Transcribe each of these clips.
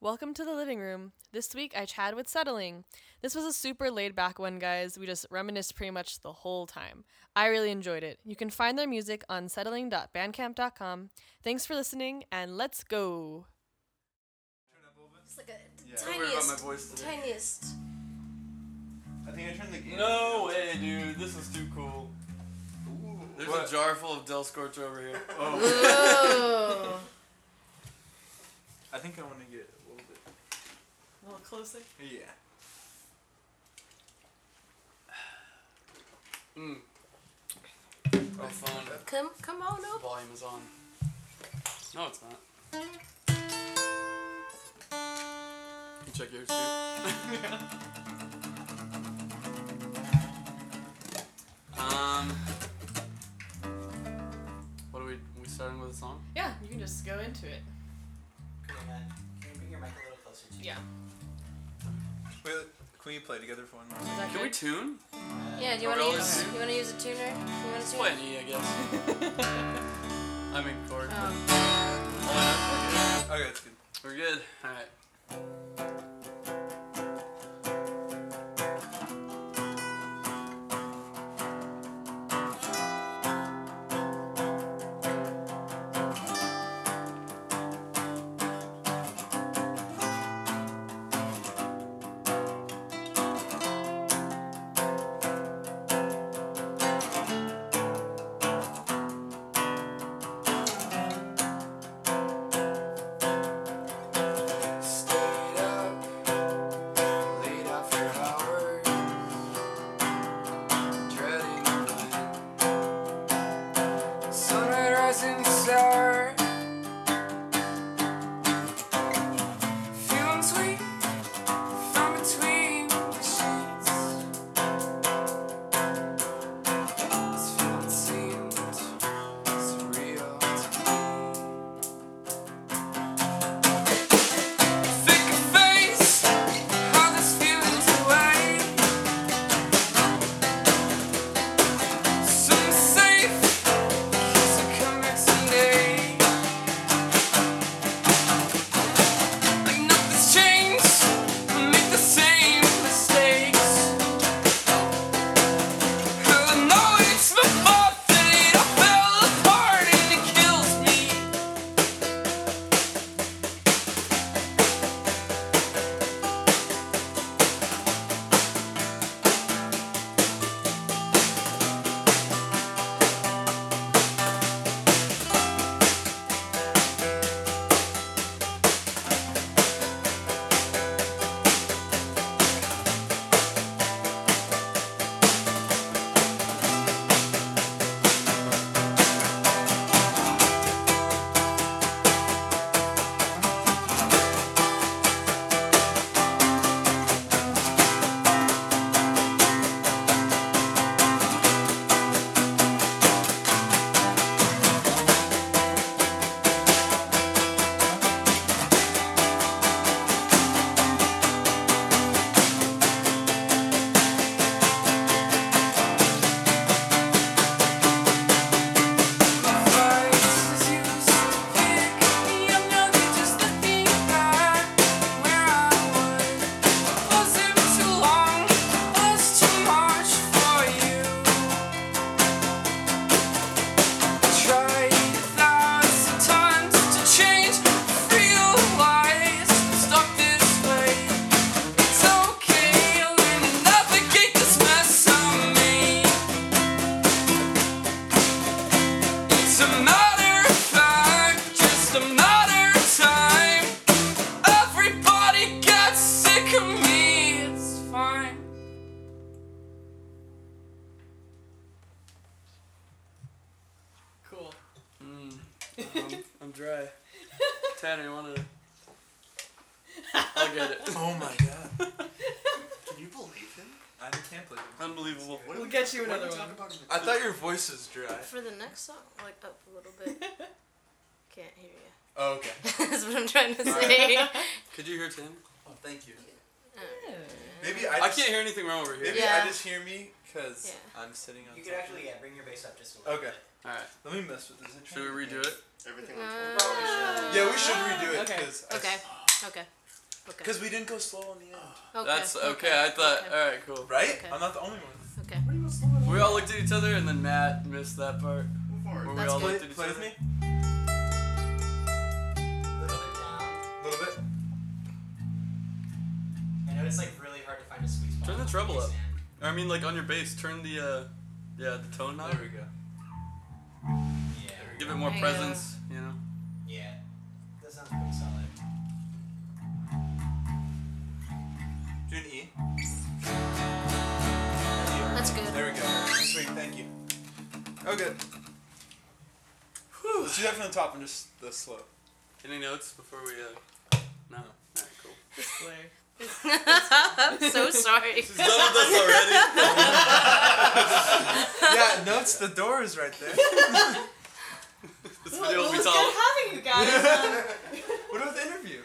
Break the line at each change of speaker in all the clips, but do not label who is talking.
Welcome to the living room. This week I chatted with Settling. This was a super laid back one, guys. We just reminisced pretty much the whole time. I really enjoyed it. You can find their music on settling.bandcamp.com. Thanks for listening, and let's go.
It's like a t-
Don't worry about my
tiniest,
voice today.
tiniest.
I think I turned the game.
No way, dude. This is too cool. There's
What?
a jar full of Del Scorcho over here.
Oh,
Oh.
I think I want to get a little bit.
A little closer.
Yeah.
Mm. My phone
come, come on up.
volume is on. No, it's not. You check yours too. um. What are we? We starting with a song?
Yeah, you can just go into it.
Can you bring your mic a little closer to you?
Yeah.
Wait, can we play together for one more?
Is that
Can we tune?
Yeah, do you want to
Really?
use, you want to use a tuner? You want to tune?
Play an E, I guess. I mean chord.
Um,
Okay, that's good.
We're good. All right. Stayed up late after hours, dreading when sunlight rising sour, feeling sweet from between the sheets. This feeling seemed surreal to me. Thicker face, all these feelings away. Some safe, so come back someday. Like nothing's changed, I make the same mistakes. I know it's my fault that it all fell apart and it kills me. It's a matter of fact, just a matter of time. Everybody gets sick of me, it's fine.
Cool.
Mm, I'm, I'm dry. Tanner, you wanna? I'll get it.
Oh my god.
Can you believe him?
I can't believe it.
Unbelievable.
What
We'll get you
what
another
did we
one.
Talk about in the
I thought your voice was dry.
for the next song, like up a little bit. Can't hear you.
Oh, okay.
That's what I'm trying to
All
say.
Could you hear Tanner?
Oh, thank you.
Uh,
Maybe I,
I
just,
can't hear anything wrong over here.
Maybe
Yeah.
I just hear me because
Yeah.
I'm sitting on.
You could
top.
actually, yeah, bring your bass up just a little
Okay.
All right.
Let me mess with this. Is it
Should
trying
we
to-
redo it?
Everything on
uh,
Yeah, we should redo it
Okay.
because.
okay. Okay. Okay.
Because we didn't go slow on the end.
okay.
That's okay. I thought.
okay.
All right, cool.
Right?
Okay.
I'm not the only one.
Okay.
What are you slow on?
We all looked at each other, and then Matt missed that part. Where we
That's
all
good.
looked at each
Play with
other.
me?
little bit down.
A little bit.
I know it's like really hard to find a sweet spot.
Turn the treble up.
Man.
I mean, like on your bass, turn the uh, yeah, the tone knob.
There we go.
Yeah.
Give it more
There you go.
presence. You know.
Yeah. That sounds pretty solid.
Do an E.
That's good.
There we go. Sweet, thank you. Okay. Whew. Let's do that from the top and just the slow.
Any notes before we? Uh... No. All right, cool.
I'm so sorry.
She's done with us already.
yeah, notes the door is right there.
this video will be
good
solid.
having you guys.
what about the interview?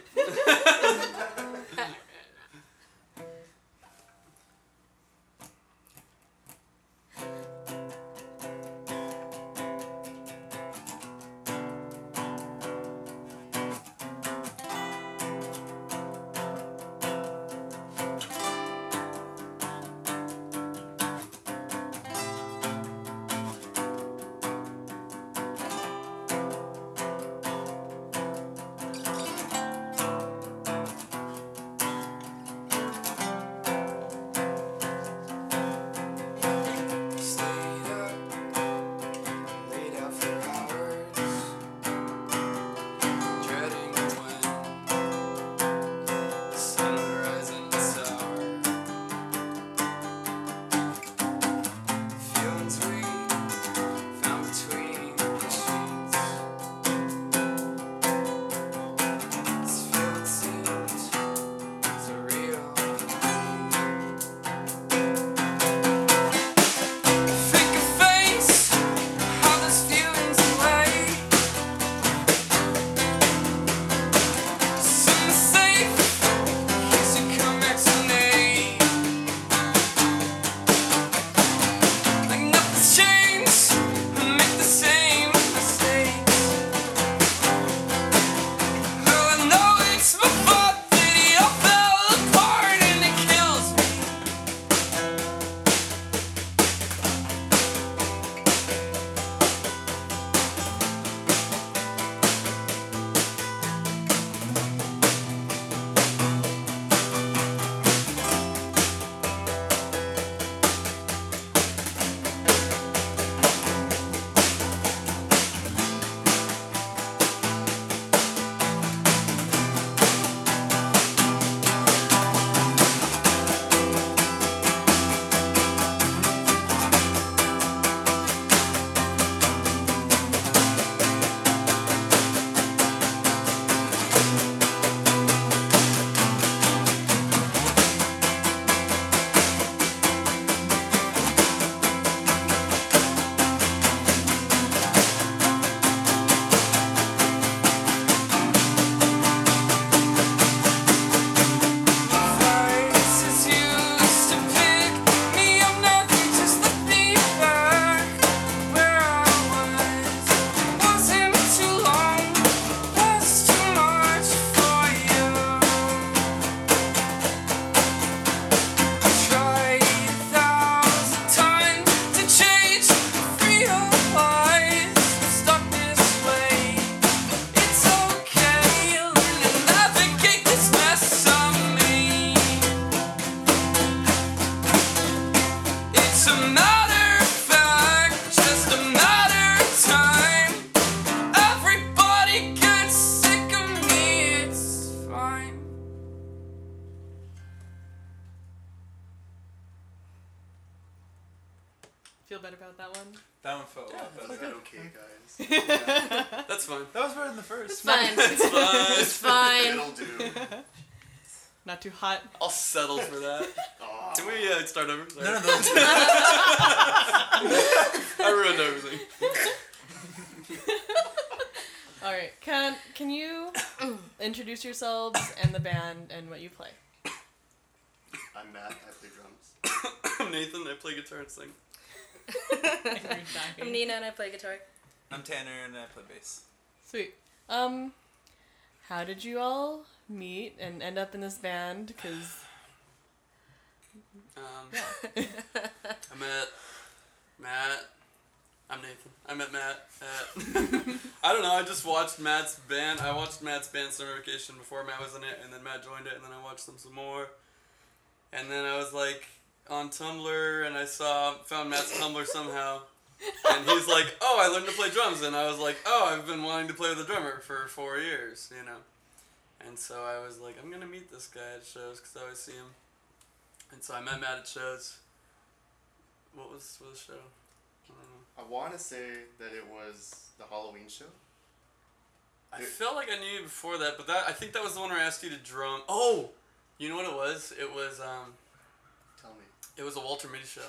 Stayed up late after hours, dreading when the sun would rise and sour. Feelings we found between the sheets. This feeling seemed surreal. Think of face, how this feeling's away. Soon safe, kiss you come back to me. Like nothing's changed, I make the same mistakes. Though Oh, I know it's my fault that it all fell apart and it kills me. Voices used to pick me up now, just let me back where I was. Wasn't too long, was too much for you. I tried a thousand times to change, realize I'm stuck this way. It's okay, learn to navigate this mess I'm in. It's a matter of fact, just a matter of time. Everybody gets sick of me, it's fine.
Feel better about that one?
That one felt a lot better.
okay, guys. That's fine. Uh,
That was better than the first.
Fine.
It's fine.
It's fine.
do.
Not too hot.
I'll settle for that. Can we uh, start over? Sorry.
None of those.
I ruined everything.
All right.
Can can you introduce yourselves and the band and what you play?
I'm Matt. I play drums.
Nathan, I play guitar and sing.
I'm Nina and I play guitar.
I'm Tanner and I play bass.
Sweet. Um, how did you all meet and end up in this band because
Um, I met Matt. I'm Nathan. I met Matt. At, I don't know. I just watched Matt's band. I watched Matt's band Summer Vacation before Matt was in it, and then Matt joined it, and then I watched them some more. And then I was like on Tumblr, and I saw found Matt's Tumblr somehow, and he's like, "Oh, I learned to play drums," and I was like, "Oh, I've been wanting to play with a drummer for four years," you know. And so I was like, "I'm gonna meet this guy at shows because I always see him." And so I met Matt at shows. What was what was the show? I don't know.
I want to say that it was the Halloween show.
I
It-
felt like I knew you before that, but that I think that was the one where I asked you to drum. Oh, you know what it was? It was um,
Tell me.
it was a Walter Mitty show.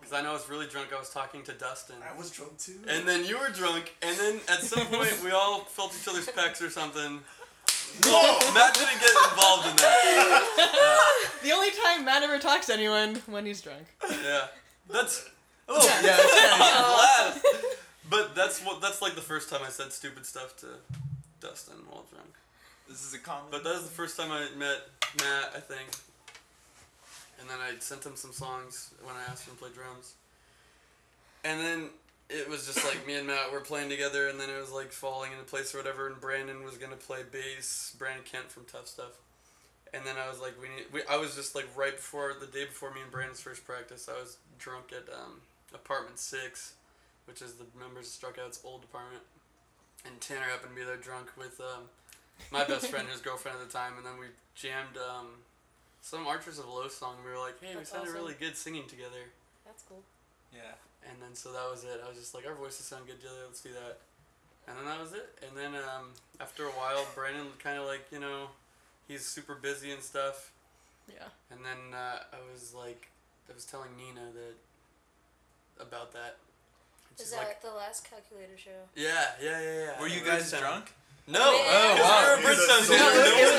Because
Mm.
I know I was really drunk. I was talking to Dustin,
I was drunk too.
and then you were drunk, and then at some point we all felt each other's pecs or something.
oh!
Whoa! Matt didn't get involved in that.
the only time Matt ever talks to anyone when he's drunk.
Yeah, that's oh yeah, that's a blast. But that's what that's like the first time I said stupid stuff to Dustin while drunk.
This is a common.
But that was the first time I met Matt, I think. And then I sent him some songs when I asked him to play drums. And then it was just like me and Matt were playing together, and then it was like falling into place or whatever. And Brandon was gonna play bass, Brandon Kent from Tough Stuff. And then I was like, we need. We, I was just like right before the day before me and Brandon's first practice, I was drunk at um, apartment six, which is the members of Struck Out's old apartment. And Tanner happened to be there drunk with um, my best friend, his girlfriend at the time, and then we jammed um, some Archers of Low song. We were like, hey,
That's
we sounded
awesome.
really good singing together.
That's cool.
yeah.
And then so that was it. I was just like, our voices sound good together. Let's do that. And then that was it. And then um, after a while, Brandon kind of like you know, he's super busy and stuff.
Yeah.
And then uh, I was like, I was telling Nina that about that. And
Is
she's
that
like,
the last calculator show?
yeah, yeah, yeah, yeah.
Were
at
you guys
Bridgetown."
drunk?
No.
Oh,
Because
wow.
we
You're
were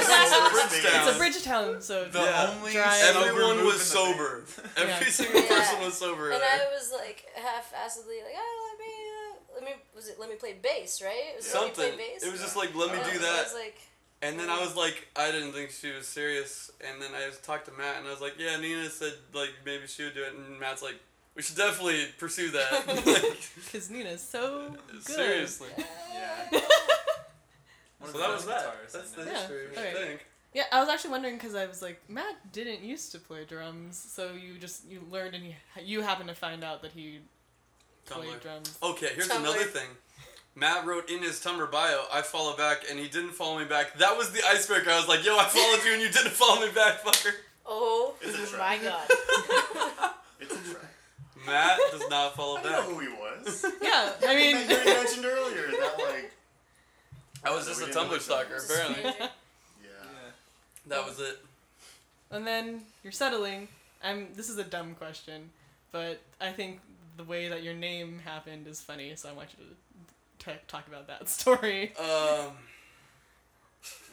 at
the
Bridgetown.
dude. It's a Bridgetown,
so we were- no one was Bridgetown.
sober It's a
so
The
Yeah.
only
Dry.
sober
Everyone
move in
was
the
sober.
band.
Every
Yeah.
single
Yeah.
person was sober.
And
there.
I was like half-assedly like, oh, let me, uh, let me, was it let me play bass, right? It was Let
Something.
me play bass.
It was just like, let me
And
do
I
that.
was like,
And then I was like, I didn't think she was serious. And then I just talked to Matt, and I was like, Yeah, Nina said like maybe she would do it. And Matt's like, We should definitely pursue that. Like,
Because Nina's so good.
seriously.
Yeah.
So that was that. That's the
Yeah.
history. I
alright.
think.
Yeah, I was actually wondering because I was like, Matt didn't used to play drums, so you just you learned and you, you happened to find out that he played
Tumblr.
drums.
Okay, here's
Tumblr.
another thing. Matt wrote in his Tumblr bio, I follow back, and he didn't follow me back. That was the icebreaker. I was like, Yo, I followed you, and you didn't follow me back, fucker.
oh
It's a
my
trap.
god.
It's a trap.
Matt does not follow
I know
back.
who he was.
Yeah, I
I mean, you
mean,
mentioned earlier that like.
I was just a
We didn't
Tumblr stalker,
Just
apparently.
stranger.
Yeah.
That was it.
and then you're settling. I'm. This is a dumb question, but I think the way that your name happened is funny, so I want you to t- talk about that story.
Um,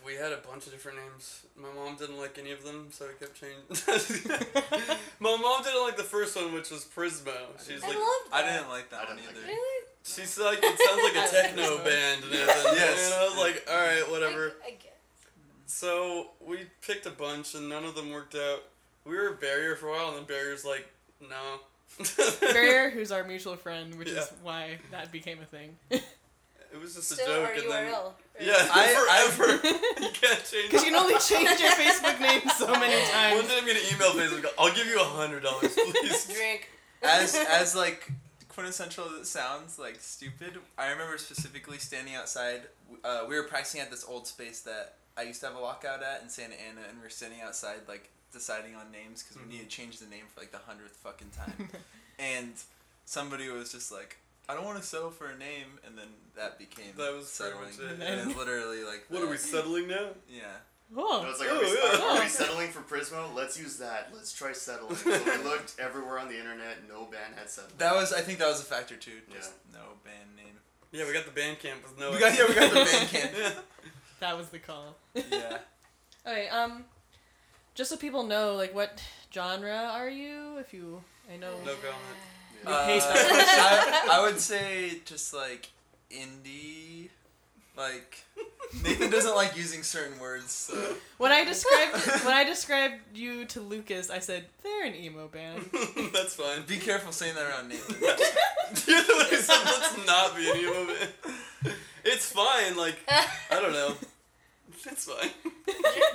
we had a bunch of different names. My mom didn't like any of them, so I kept changing. My mom didn't like the first one, which was Prismo. She's
I
like,
loved
I
that.
didn't like
I
that one
didn't like
either.
Really?
she's like, it sounds like a techno band and everything.
Yes.
And I was like, all right, whatever.
I, I get.
So we picked a bunch, and none of them worked out. We were at Barrier for a while, and then Barrier's like, no.
Barrier, who's our mutual friend, which is
Yeah.
why that became a thing.
It was just
Still
a joke,
RURL.
and then
right?
yeah,
I-
forever. you can't change.
Because you can only change your Facebook name so many
One
times.
day I'm gonna email Facebook. I'll give you a hundred dollars, please.
Drink.
as as like quintessential as it sounds like stupid i remember specifically standing outside uh, we were practicing at this old space that i used to have a walkout at in santa ana and we were standing outside like deciding on names because we needed to change the name for like the hundredth fucking time and somebody was just like i don't want to settle for a name and then that became
That was pretty
settling
much it,
and
yeah.
it's literally like
What are we
that.
settling now?
yeah
Whoa.
And I was like, are, we,
Oh, yeah.
are, are we settling for Prismo? Let's use that. Let's try settling. So we looked everywhere on the internet. No band had settling.
that was i think that was a factor too just no band name
Yeah, we got the band camp with no.
we got yeah we got the band
Yeah.
camp
That was the call.
yeah
Okay, um, just so people know, like, what genre are you? If you, I know.
No comment.
Yeah.
Uh, hate
I, I would say just like indie, like Nathan doesn't like using certain words. So.
When I described when I described you to Lucas, I said they're an emo band.
That's fine.
Be careful saying that around Nathan.
You're the one who said, let's not be any of it. It's fine. Like I don't know. It's fine.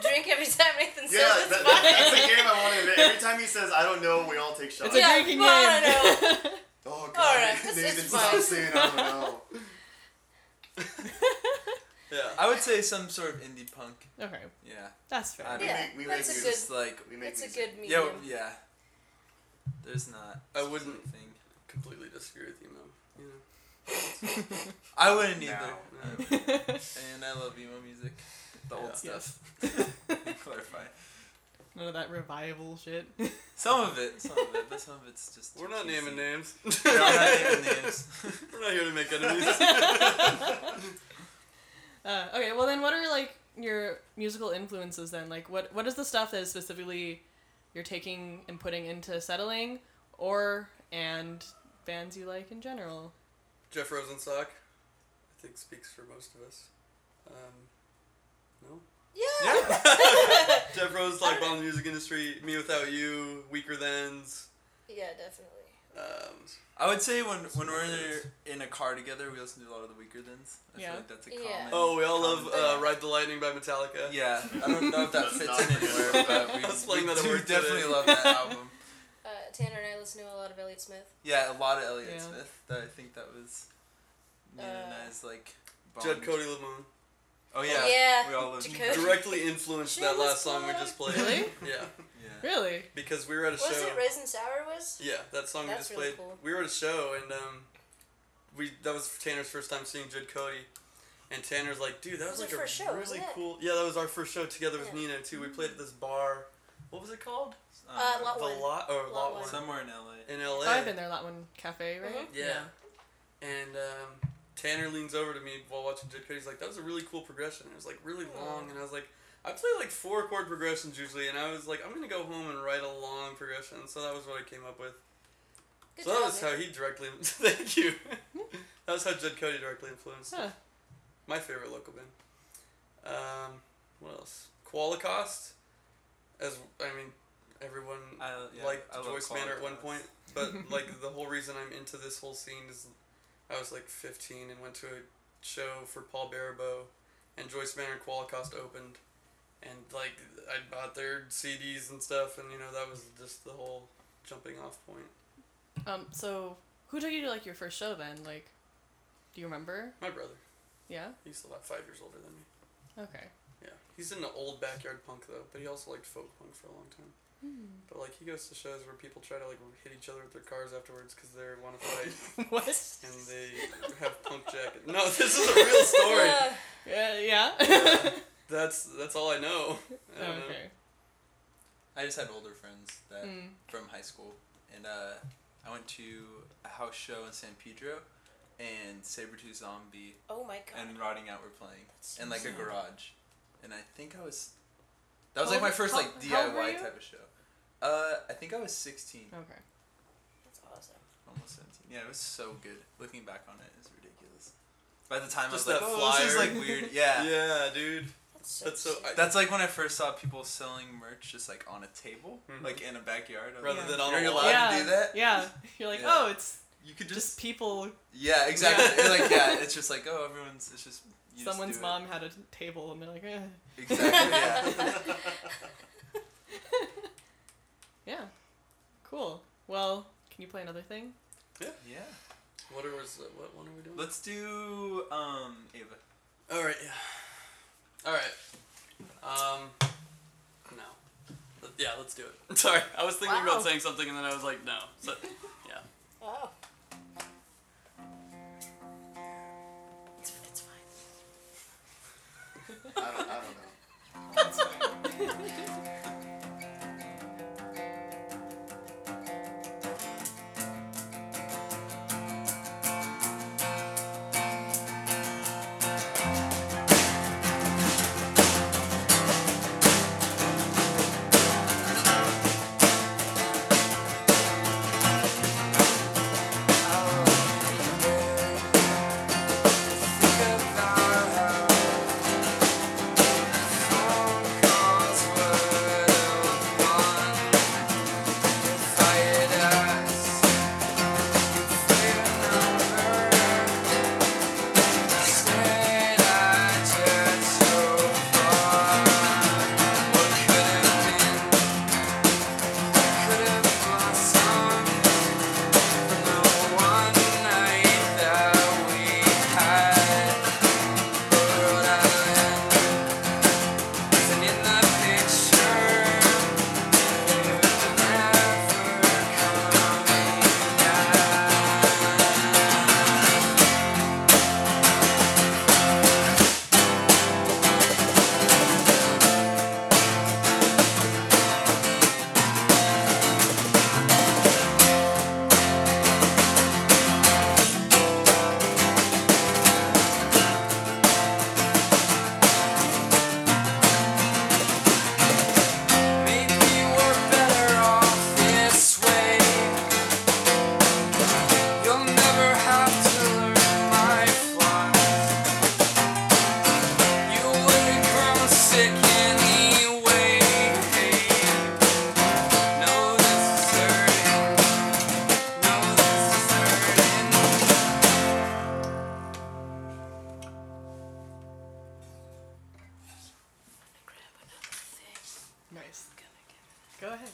Drink every time Nathan
Yeah,
says it's
that,
fine.
that's the game I wanted. Every time he says, I don't know, we all take shots.
It's a
Yeah,
drinking
no, no,
game.
oh, God.
alright, this is
Nathan,
fine.
stop saying, I don't know.
Yeah.
I would say some sort of indie punk.
okay,
Yeah.
that's
I
fair.
don't
Yeah,
make- we
that's
make
a
It's
good.
just like
We make
That's a
music.
good
yeah,
medium.
yeah. There's not.
I
a
wouldn't-
specific Thing.
Completely disagree with you, man.
I wouldn't either.
No.
I wouldn't. and I love emo music, the old
Yeah.
stuff. Clarify.
None of that revival shit.
Some of it, some of it, but some of it's just.
We're not naming
names.
names.
We're not naming names.
We're not here to make enemies.
Uh, okay, well then, what are like your musical influences then? Like, what what is the stuff that is specifically you're taking and putting into settling, or and bands you like in general?
Jeff Rosenstock, I think speaks for most of us. Um, no.
Yeah.
yeah.
Jeff Rosenstock, Bomb the Music Industry, Me Without You, Weaker Thans.
Yeah, definitely.
Um,
I would say when when we're in a car together, we listen to a lot of the Weaker Thans. I
Yeah.
feel like that's a common.
Yeah.
oh, we all love
common
uh, Ride the Lightning by Metallica.
Yeah, I don't know if that
Let's
fits
not
in anywhere, but we,
I was playing
we
that at
do
work
definitely
today.
love that album.
Uh, Tanner and I listen to a lot of Elliott Smith.
Yeah, a lot of Elliott
Yeah.
Smith. That I think that was Nina and
Uh,
I's like.
Judd
bond.
Cody Lamone.
Oh yeah.
Yeah,
We all love
Jud
you.
Cody.
Directly influenced that
Shameless
last song we
plug.
just played.
Really?
Yeah.
Yeah.
Really?
Because we were at a
Was
show.
it Raisin Sour? Was?
Yeah, that song
That's
we just
really
played.
cool.
We were at a show and um, we that was Tanner's first time seeing Jud Cody, and Tanner's like, dude, that
It
was,
was
like
our
a
first show,
really
wasn't it?"
cool. Yeah, that was our first show together with
Yeah.
Nina too. We played at this bar. What was it called?
Uh,
Um,
Lot
the
One.
lot or
Lot
lot,
One.
one,
somewhere in LA.
in L.A.
Oh, I've been there. That one cafe, right?
Mhm.
Yeah. And um, Tanner leans over to me while watching Jud Cody. He's like, that was a really cool progression. It was like really
Aw.
long, and I was like. I play like four chord progressions usually, and I was like, I'm gonna go home and write a long progression. So that was what I came up with.
Good
so
job,
that was
man.
how he directly. thank you. that was how Jed Cody directly influenced
Huh.
my favorite local band. Um, what else? Qualicost, as I mean, everyone
I, yeah, I
liked
love
Joyce Manor at one
Qualicost.
point, but like the whole reason I'm into this whole scene is, I was like 15 and went to a show for Paul Baribeau, and Joyce Manor and Qualicost opened, and like I bought their CDs and stuff, and you know that was just the whole jumping off point.
Um. So, who took you to like your first show then? Like, do you remember?
My brother.
Yeah.
He's about five years older than me.
Okay.
Yeah. He's in the old backyard punk though, but he also liked folk punk for a long time.
Hmm.
But like he goes to shows where people try to like hit each other with their cars afterwards because they want to fight
what?
and they have punk jackets. No, this is a real story.
Yeah.
Uh, yeah.
That's that's all I know. I don't know.
okay.
I just had older friends that
Mm.
from high school, and uh, I went to a house show in San Pedro, and Sabretooth Zombie
Oh my god.
and Rotting Out were playing,
That's
in like a
awesome.
garage, and I think I was. That was
How
like my
old-
first
how-
like
how old were
DIY
you?
type of show. Uh, I think I was sixteen,
Okay.
That's awesome.
almost seventeen. Yeah, it was so good. Looking back on it, it's ridiculous. By the time
Just
I
that
was like, oh, this is
flyer."
like weird. Yeah.
Yeah, dude.
That's so.
That's so.
cute.
I,
That's like when I first saw people selling merch just like on a table,
Mhm.
like in a backyard. I was
Rather
like,
than on a
You're
wall."
allowed
yeah.
to do that.
Yeah. You're like,
Yeah.
oh, it's
You could
just people.
Yeah, exactly. It's like yeah, it's just like oh, everyone's it's just you just
Someone's
do it.
mom had a t- table, and they're like, eh.
Exactly. Yeah.
yeah. Cool. Well, can you play another thing?
yeah.
What are was what one are we doing?
Let's do um Ava.
All right. Yeah. All right. Um. No. Let- Yeah, let's do it. Sorry, I was thinking
Wow.
about saying something and then I was like, no. So, yeah.
Oh. It's, it's fine.
I don't, I don't know.
Think about how
Nice. Go ahead.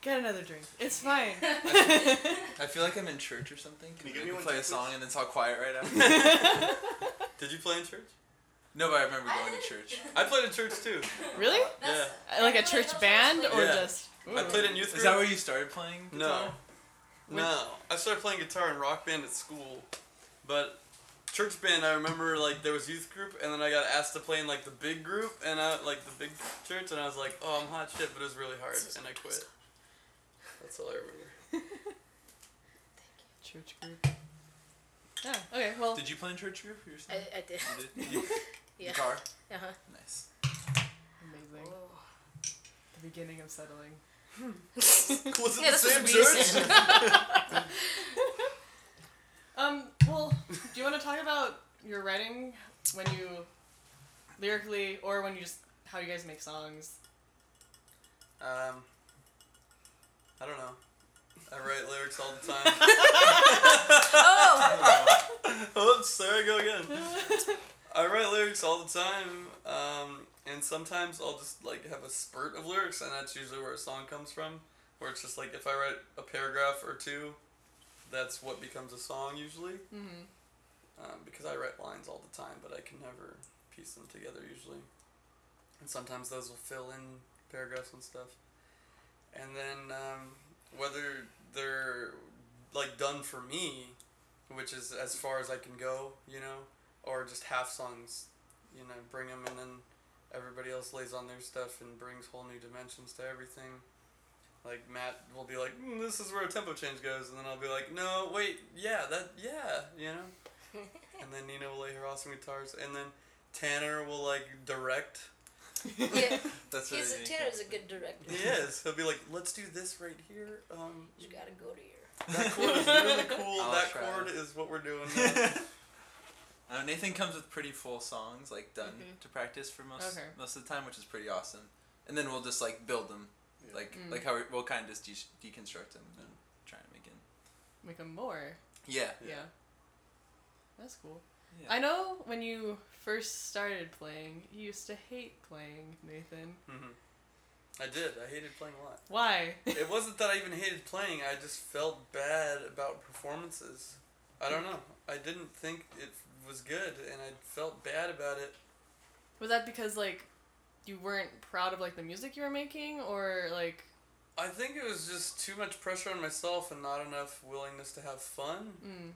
Get another drink. It's fine.
I feel like I'm in church or something.
Can you
we
give me one
play a
too,
song
please?
and it's all quiet right after?
Did you play in church?
no, but I remember going to church.
I played in church too.
really?
Yeah.
Uh, Like a church band or
Yeah.
just?
I played in youth group.
Mm. Is that where you started playing?
No. No. I started playing guitar and rock band at school. But church band, I remember like there was youth group and then I got asked to play in like the big group and I like the big church and I was like, "Oh, I'm hot shit, but it was really hard." And I quit. That's all I remember.
Church group. Yeah. Okay. Well.
Did you play in church group yourself?
I, I did.
You did? You-
Yeah.
Guitar?
Uh-huh.
Nice.
Amazing. The beginning of settling.
Was it
Yeah,
the
this was
same
recent.
church?
Um. Well, do you want to talk about your writing when you lyrically, or when you just how you guys make songs?
um I don't know. I write lyrics all the time.
Oh!
Oops, there I go again. I write lyrics all the time, um, and sometimes I'll just like have a spurt of lyrics, and that's usually where a song comes from. Where it's just like if I write a paragraph or two, that's what becomes a song usually. Mm-hmm. Um, because I write lines all the time, but I can never piece them together usually. And sometimes those will fill in paragraphs and stuff. And then um, whether they're like done for me, which is as far as I can go, you know, or just half songs, you know, bring them and then everybody else lays on their stuff and brings whole new dimensions to everything. Like Matt will be like, mm, "This is where a tempo change goes," and then I'll be like, "No, wait, yeah, that, yeah, you know." and then Nina will lay her awesome guitars, and then Tanner will like direct.
Yeah.
That's what
He's
I
a,
think.
Tanner's a good director.
He is. He'll be like, "Let's do this right here. Um,
You gotta go to your.
that chord is really cool.
I'll
that
try.
chord is what we're doing." Mm-hmm. now."
Uh, Nathan comes with pretty full songs, like done to practice for most
Mm-hmm. Okay.
most of the time, which is pretty awesome. And then we'll just like build them,
Yeah.
like
Mm.
like how we- we'll kind of just de- deconstruct them and try and make it.
Make them more.
Yeah.
Yeah. That's cool.
Yeah.
I know when you first started playing, you used to hate playing, Nathan.
I did. I hated playing a lot.
Why?
it wasn't that I even hated playing. I just felt bad about performances. I don't know. I didn't think it was good, and I felt bad about it.
Was that because like you weren't proud of like the music you were making, or like
I think it was just too much pressure on myself and not enough willingness to have fun.
mm,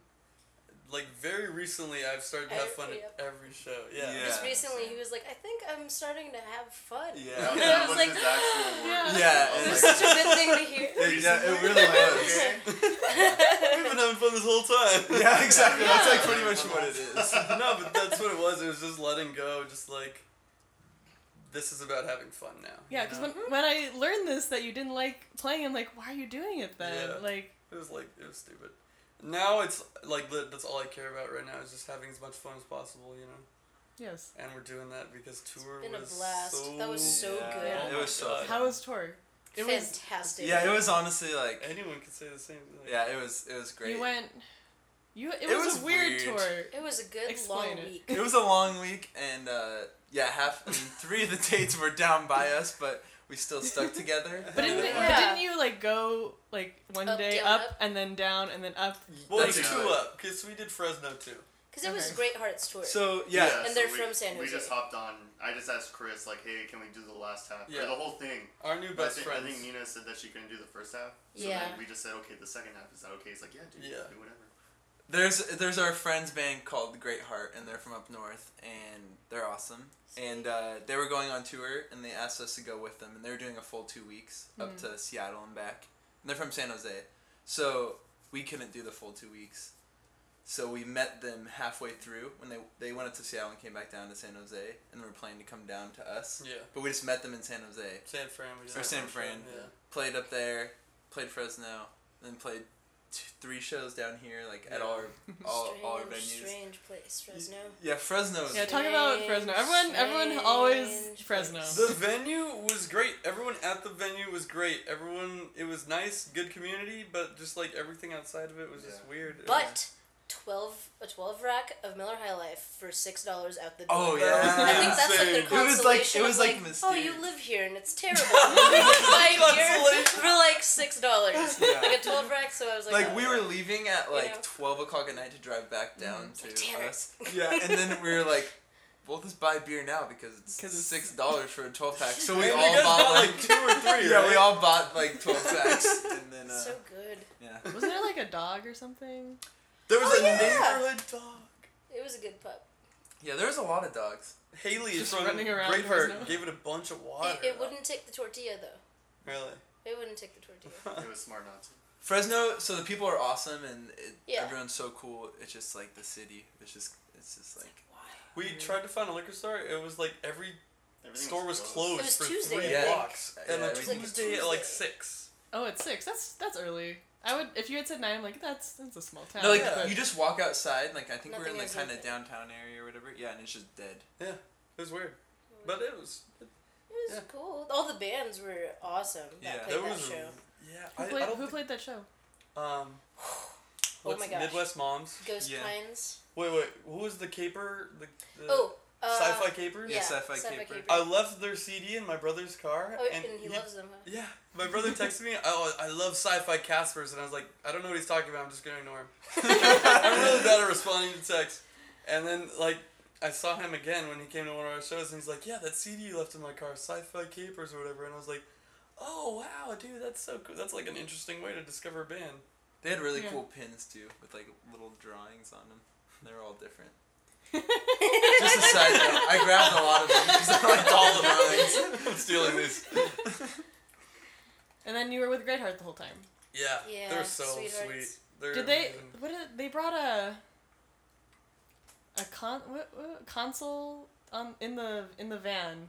Like very recently, I've started to have fun
Yep.
at every show. Yeah.
Yeah.
Just recently, he was like, I think I'm starting to have fun.
Yeah.
That,
And
that
I
was
was like,
his actual word.
Yeah.
Yeah.
Oh
and,
my
this
like,
is such a good thing to hear.
it, yeah, it really was.
Okay.
We've been having fun this whole time.
Yeah, exactly. That's like pretty much what it is.
no, but that's what it was. It was just letting go. Just like this is about having fun now.
yeah?
you
Because
know?
when when I learned this that you didn't like playing, I'm like, why are you doing it then?
Yeah.
Like,
It was like it was stupid. Now it's like lit- that's all I care about right now is just having as much fun as possible, you know.
yes.
And we're doing that because tour
It's been a
was
blast.
so
That was so
bad.
good.
Oh
It
my
was so
God.
How was tour? It was.
Fantastic.
Yeah, it was honestly like
anyone could say the same. Thing.
yeah, it was it was great.
You went. You. It,
It
was,
was
a weird,
weird.
tour.
It was a good
Explain
long
it.
week.
it was a long week and uh, yeah half I mean, three of the dates were down by us but we still stuck together
But didn't, but
Yeah.
didn't you like go like one
Up,
day
down,
up,
up?
and then down and then up?
Well, it was
That's
two
good.
up because we did Fresno too.
Because it was
Okay.
Great Hearts Tour.
so
Yeah,
yeah,
And they're
so we,
from San
We
Jose.
just hopped on. I just asked Chris, like, hey, can we do the last half?
Yeah.
Or the whole thing.
Our new
But I
best
think, I
friends.
think Nina said that she couldn't do the first half. So
Yeah.
then we just said, okay, the second half, is that okay? He's like, yeah, dude,
Yeah.
do whatever.
there's there's our friends band called the Great Heart and they're from up north and they're awesome and uh, they were going on tour and they asked us to go with them and they were doing a full two weeks up to Seattle and back and they're from San Jose so we couldn't do the full two weeks so we met them halfway through when they they went up to Seattle and came back down to San Jose and they were planning to come down to us
Yeah.
but we just met them in San Jose
San Fran. We did
Or
our
San
first
Fran.
show, Yeah.
played up there, played Fresno, then played t- three shows down here, like at all our all,
strange,
all our venues.
strange place, Fresno.
Yeah, Fresno.
Yeah, talk about
Strange,
Fresno. Everyone, everyone always
strange
Fresno.
place.
The venue was great. Everyone at the venue was great. Everyone, it was nice, good community, but just like everything outside of it was just
Yeah.
weird. It was-
But twelve a twelve rack of Miller High Life for six dollars out the door.
Oh yeah.
I think that's like their
Insane.
It was like-
consolation.
it was
of,
like
oh,
mysterious.
you live here and it's terrible. Five years
Consolation.
for like six dollars,
Yeah.
like a twelve rack. So I was like, "Oh,
Like we were leaving at like
know.
twelve o'clock at night to drive back down
Like,
to
damn it.
us. Yeah, and then we were like, "We'll just buy beer now because it's
'Cause it's-
six dollars for a twelve pack." So we
you
all
guys
bought
bought
like,
like two or three.
yeah, we
right?
all bought like twelve packs, and then uh,
so good.
yeah,
Wasn't there like a dog or something?
There was
Oh,
a
yeah.
neighborhood dog.
It was a good pup.
yeah. There was a lot of dogs.
Haley
Just
is from
running around with
Braveheart.
no-
Gave it a bunch of water.
It, it wouldn't take the tortilla though.
really.
It wouldn't take the tortilla.
It was smart not to.
Fresno, so the people are awesome and it,
Yeah.
everyone's so cool. It's just like the city. It's just it's just like
We tried to find a liquor store. It was like every
Everything
store was closed
It was
for
Tuesday,
three
I think.
blocks, and
Yeah,
on
it was
Tuesday,
like a
at like
Tuesday.
six.
Oh, it's six. That's that's early. I would if you had said nine. I'm like that's that's a small town.
no, like
yeah.
but-
you just walk outside. Like I think we're in
Nothing
like
is
kind of
open.
downtown area or whatever. Yeah, and it's just dead.
It was weird, but it was.
It was
Yeah.
cool. All the bands were awesome. That
Yeah.
played
There
that
was-
show.
Yeah,
who
I,
played,
I don't
who
think,
played that show?
um. What's
Oh my gosh.
Midwest Moms?
Ghost
yeah.
Pines.
Wait, wait. Who was the caper? The, the
Oh, uh,
sci-fi capers.
Yeah,
Sci-Fi Caper.
I left their CD in my brother's car,
Oh,
and,
and, he, loves them. Huh?
Yeah, my brother texted me. Oh, I love sci-fi Caspers, and I was like, I don't know what he's talking about. I'm just gonna ignore him. I'm really bad at responding to texts. And then like, I saw him again when he came to one of our shows, and he's like, Yeah, that CD you left in my car, sci-fi capers or whatever. And I was like, Oh wow, dude, that's so cool. That's like an interesting way to discover a band.
They had really
Yeah.
cool pins too, with like little drawings on them. They were all different.
Just
Just a side note, I grabbed a lot of them because I liked all the drawings.
I'm stealing these.
And then you were with Greatheart the whole time.
Yeah,
Yeah,
they're so
sweethearts.
sweet. They're
Did they?
amazing.
What did, they brought a a con what, what, console um in the in the van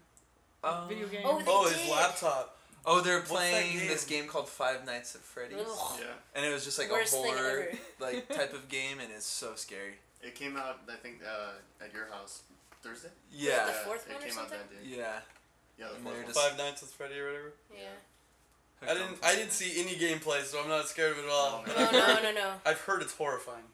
Um,
video game.
Oh, they
Oh, his
did.
laptop.
oh, they were
that
playing
game?
this game called Five Nights at Freddy's,
Ugh.
Yeah.
and it was just like
Worst
a
thing
horror
ever.
like type of game, and it's so scary.
It came out, I think, uh, at your house Thursday.
Yeah,
The fourth
it
one or
came
something?
out that day.
yeah.
Yeah, the
And
fourth
they're
one.
just-
Five Nights at Freddy or whatever.
Yeah.
I didn't. I didn't see any gameplay, so I'm not scared of it at all.
Oh,
But
man.
I've
No, no,
heard-
no, no.
I've heard it's horrifying.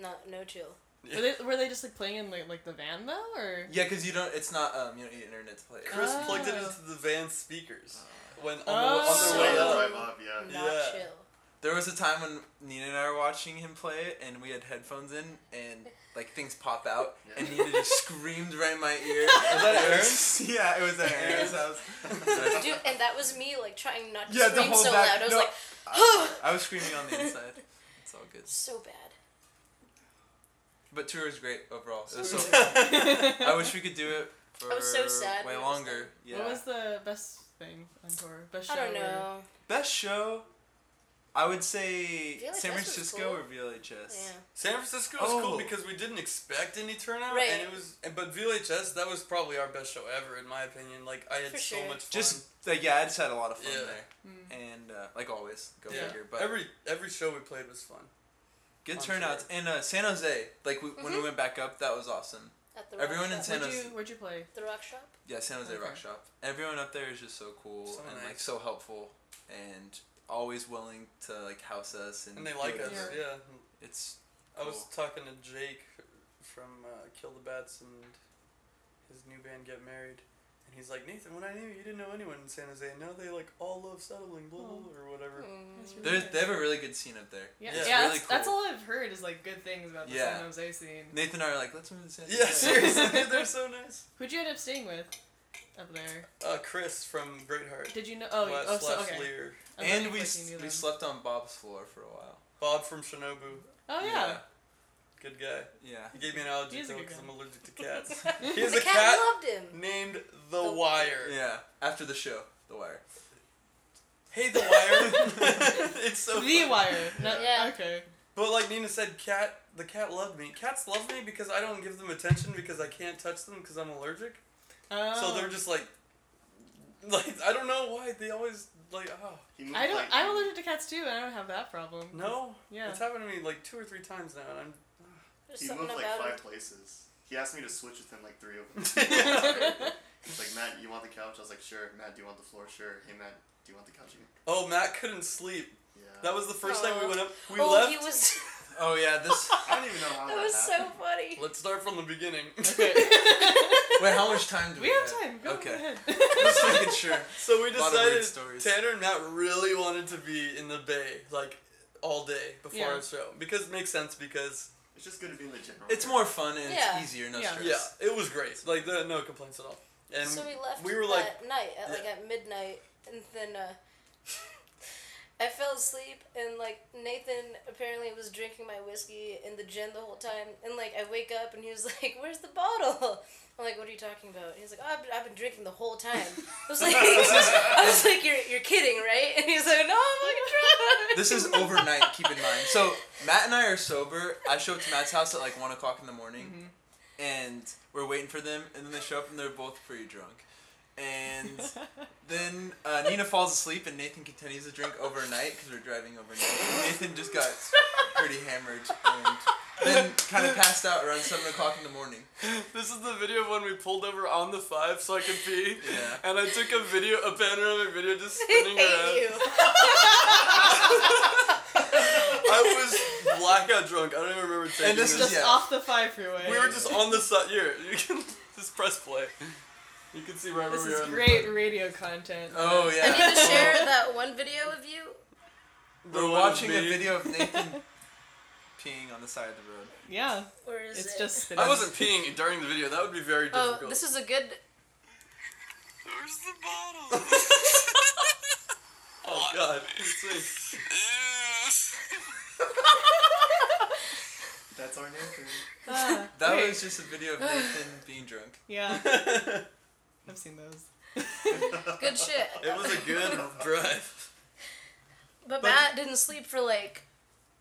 Not, no chill.
Were they were they just like playing in like, like the van though or?
Yeah, because you don't. It's not. Um, you don't need internet to play. it.
Chris
Oh.
plugged it into the van speakers when on the,
Oh.
on their way
So
up.
drive up, yeah.
Not
Yeah.
chill.
There was a time when Nina and I were watching him play it, and we had headphones in, and like things pop out,
Yeah.
and Nina just screamed right in my ear.
Was that
It
Aaron?
was- Yeah, it was at Aaron's house. And I-
Dude, and that was me, like, trying not to
Yeah, the
scream
whole
so
back-
loud. I was
no.
like,
I, I was screaming on the inside. It's all good.
so bad.
But tour is great overall. It was so fun. I wish we could do it for
I was so sad
way
when it was
longer. Yeah.
What was the best thing on tour? Best show.
I don't
or-
know.
Best show, I would say
VLHS
San
was
Francisco
cool.
or VLHS.
Yeah.
San Francisco was
Oh.
cool because we didn't expect any turnout,
Right.
and it was. and- But VLHS that was probably our best show ever, in my opinion. Like I had
For
so
sure.
much fun.
Just like yeah, I just had a lot of fun
Yeah.
hmm.
there, and uh, like always, go
yeah.
figure. But
every every show we played was fun.
good
I'm
turnouts
sure.
and uh, San Jose. Like we, when
Mm-hmm.
we went back up, that was awesome.
At the
Everyone
rock
in San-
shop.
Where'd
Thanos.
you Where'd you play?
The rock shop?
Yeah, San Jose Rock
Okay.
Shop. Everyone up there is just so cool
So
and like
nice.
so helpful and always willing to like house us and
And they like
do
us.
whatever.
Yeah.
It's
I was talking to Jake from uh, Kill the Bats and his new band Get Married, and he's like Nathan. When I knew you, you didn't know anyone in San Jose, and now they like all love settling, blah blah, blah or
Oh.
whatever.
Hmm.
That's
they
really
they have
nice.
a really good scene up there.
Yeah,
Yeah,
yeah,
it's
really
that's, that's
cool.
all I've heard is like good things about the
Yeah.
San Jose scene.
Nathan and I are like, let's move to San Jose.
Yeah, seriously, dude, they're so nice.
Who'd you end up staying with up there?
Uh, Chris from Greatheart.
Did you know? Oh, you-
West
oh, so,
slash
okay.
Lear.
I thought you
And we
fucking
s-
knew
we
them.
slept on Bob's floor for a while.
Bob from Shinobu.
Oh yeah.
Good guy.
Yeah.
He gave me an allergy
He's a
though
good
because
guy.
I'm allergic to cats. he has
The
a
cat,
cat
loved him.
named The
The
Wire.
Yeah. Yeah. After the show, The Wire.
Hey, The Wire. it's so
The
funny.
Wire. No,
Yeah.
Okay.
But like Nina said, cat. The cat loved me. Cats love me because I don't give them attention because I can't touch them because I'm allergic.
Oh.
So they're just like, like I don't know why they always like oh
He moved
I don't.
like-
I'm allergic to cats too, and I don't have that problem.
no
Yeah.
it's happened to me like two or three times now and I'm
There's
He
something
moved like
about
five
him.
places. He asked me to switch with him like three of them. He's like, Matt, you want the couch? I was like, sure. Matt, do you want the floor? Sure. Hey, Matt, do you want the couch again?
Oh, Matt couldn't sleep.
Yeah.
That was the first night we went up. We
oh,
left.
he was.
Oh yeah, this.
I don't even know how that,
That was
happened.
so funny.
Let's start from the beginning.
Wait, how much time do we?
We have time. Go
Okay.
ahead.
Just making sure.
so we
A lot of weird
decided
stories.
Tanner and Matt really wanted to be in the bay, like all day before
Yeah.
our show, because it makes sense. Because
It's just good to be in the general.
It's more fun and
Yeah.
it's easier, no
Yeah.
stress.
yeah, it was great. Like the, no complaints at all. And
so we left
We were like,
at night at like
Yeah.
at midnight and then uh I fell asleep and like Nathan apparently was drinking my whiskey in the gin the whole time and like I wake up and he was like, "Where's the bottle?" I'm like, "What are you talking about?" And he's like, oh, I've, been, "I've been drinking the whole time." I was like, "I was like, you're you're kidding, right?" And he's like, "No, I'm fucking drunk."
This is overnight. Keep in mind. So Matt and I are sober. I show up to Matt's house at like one o'clock in the morning, and we're waiting for them. And then they show up and they're both pretty drunk. And then uh, Nina falls asleep and Nathan continues to drink overnight because we're driving overnight. Nathan just got pretty hammered and then kind of passed out around seven o'clock in the morning.
This is the video of when we pulled over on the five so I could pee.
Yeah.
And I took a video, a panoramic video, just
I
spinning around.
hate you.
I was blackout drunk. I don't even remember taking
And this
Just
is yeah.
off the five freeway.
We were just on the side. Here, you can just press play. You can see right
This
where we
is
are. on the Uh,
great radio content.
Oh
I
yeah.
need to share that one video of you.
front. The
We're
one of
watching a
me.
video of Nathan peeing on the side of the road.
Yeah,
Or is
it's
it?
just.
I wasn't peeing during the video. That would be very
Oh,
difficult.
this is a good.
Where's the bottle?
oh god. It's like-
That's our nature.
Ah,
That
wait,
was just a video of Nathan being drunk.
Yeah, I've seen those.
Good shit.
it was a good drive.
But Matt didn't sleep for like.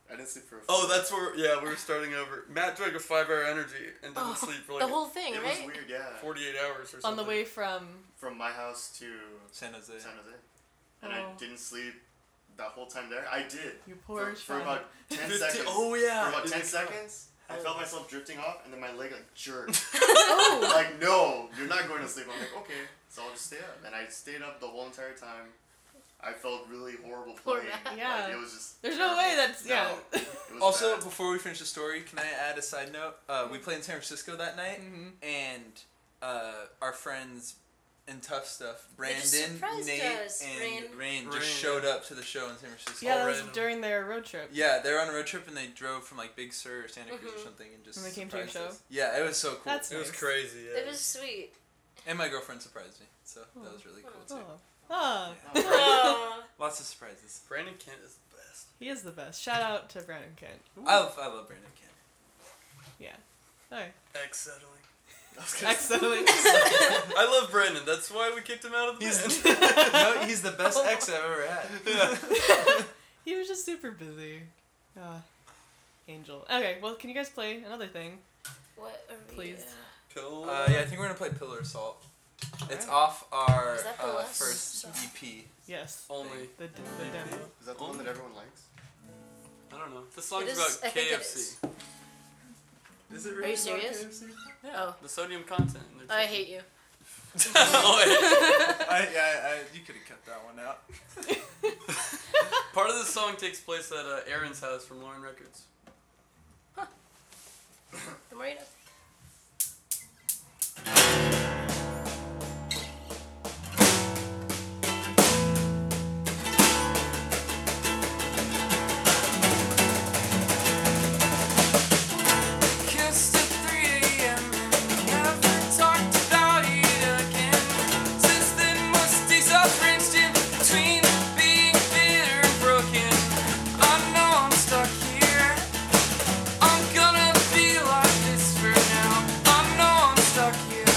I didn't sleep for. A
Oh, that's where. Yeah, we were starting over. Matt drank a five-hour energy and didn't
Oh,
sleep for like
the whole thing,
It was
right?
weird, yeah.
forty-eight hours or something.
On the way from.
From my house to
San Jose.
San Jose, and I
Oh.
didn't sleep that whole time there. I did.
You
For,
poor
for
child.
about ten
15
seconds.
Oh yeah.
For about
Did
ten
it-
seconds, I
Oh.
felt myself drifting off, and then my leg like jerked.
Oh,
like, no, you're not going to sleep. I'm like, okay, so I'll just stay up. And I stayed up the whole entire time. I felt really horrible
Poor
playing.
Matt.
Like,
Yeah.
it was just.
There's no way that's yeah.
No. It was
Also,
bad.
before we finish the story, can I add a side note? Uh, we played in San Francisco that night,
Mhm.
and uh, our friends and Tough Stuff,
They just
Brandon,
surprised
Nate,
us.
and
Rain.
Rain,
Rain,
just
yeah.
showed up to the show in San Francisco.
yeah,
all
that was
random.
during their road trip.
Yeah, they were on a road trip and they drove from like Big Sur or Santa Cruz or something and just
Mm-hmm. And they came to your
surprised
show?
us. Yeah, it was so cool.
That's
It was
nice.
crazy. Yeah.
it was sweet.
And my girlfriend surprised me, so that was really cool
Oh,
too.
Ah,
Oh,
Lots of surprises.
Brandon Kent is the best.
he is the best. Shout out to Brandon Kent.
I love, I love Brandon Kent.
Alright,
Egg settling.
excellent.
I love Brandon. That's why we kicked him out of the band.
He's, no, he's the
Oh.
best ex I've ever had.
he was just super busy. Ah, Angel. Okay, well, can you guys play another thing?
what are we
Please.
Pill.
Uh, yeah, I think we're gonna play Pillar Assault. It's off our
Is that the
uh,
last
first
song?
EP.
Yes.
Only.
The, d- the demo.
Is that the one that everyone likes?
I don't know. This song's
It is- I
about
think it
KFC.
is.
Is it
really you serious?
Yeah.
Oh.
The sodium content. in their
I
chicken.
hate you.
Oh,
I, I, I, you could have cut that one out.
yeah. Part of the song takes place at uh, Aaron's house from Lauren Records.
I'm right up.
Kissed at 3 a.m. Never talked about it again. Since then, Musty's up rinsed in between being bitter and broken. I know I'm stuck here. I'm gonna be like this for now. I know I'm stuck here.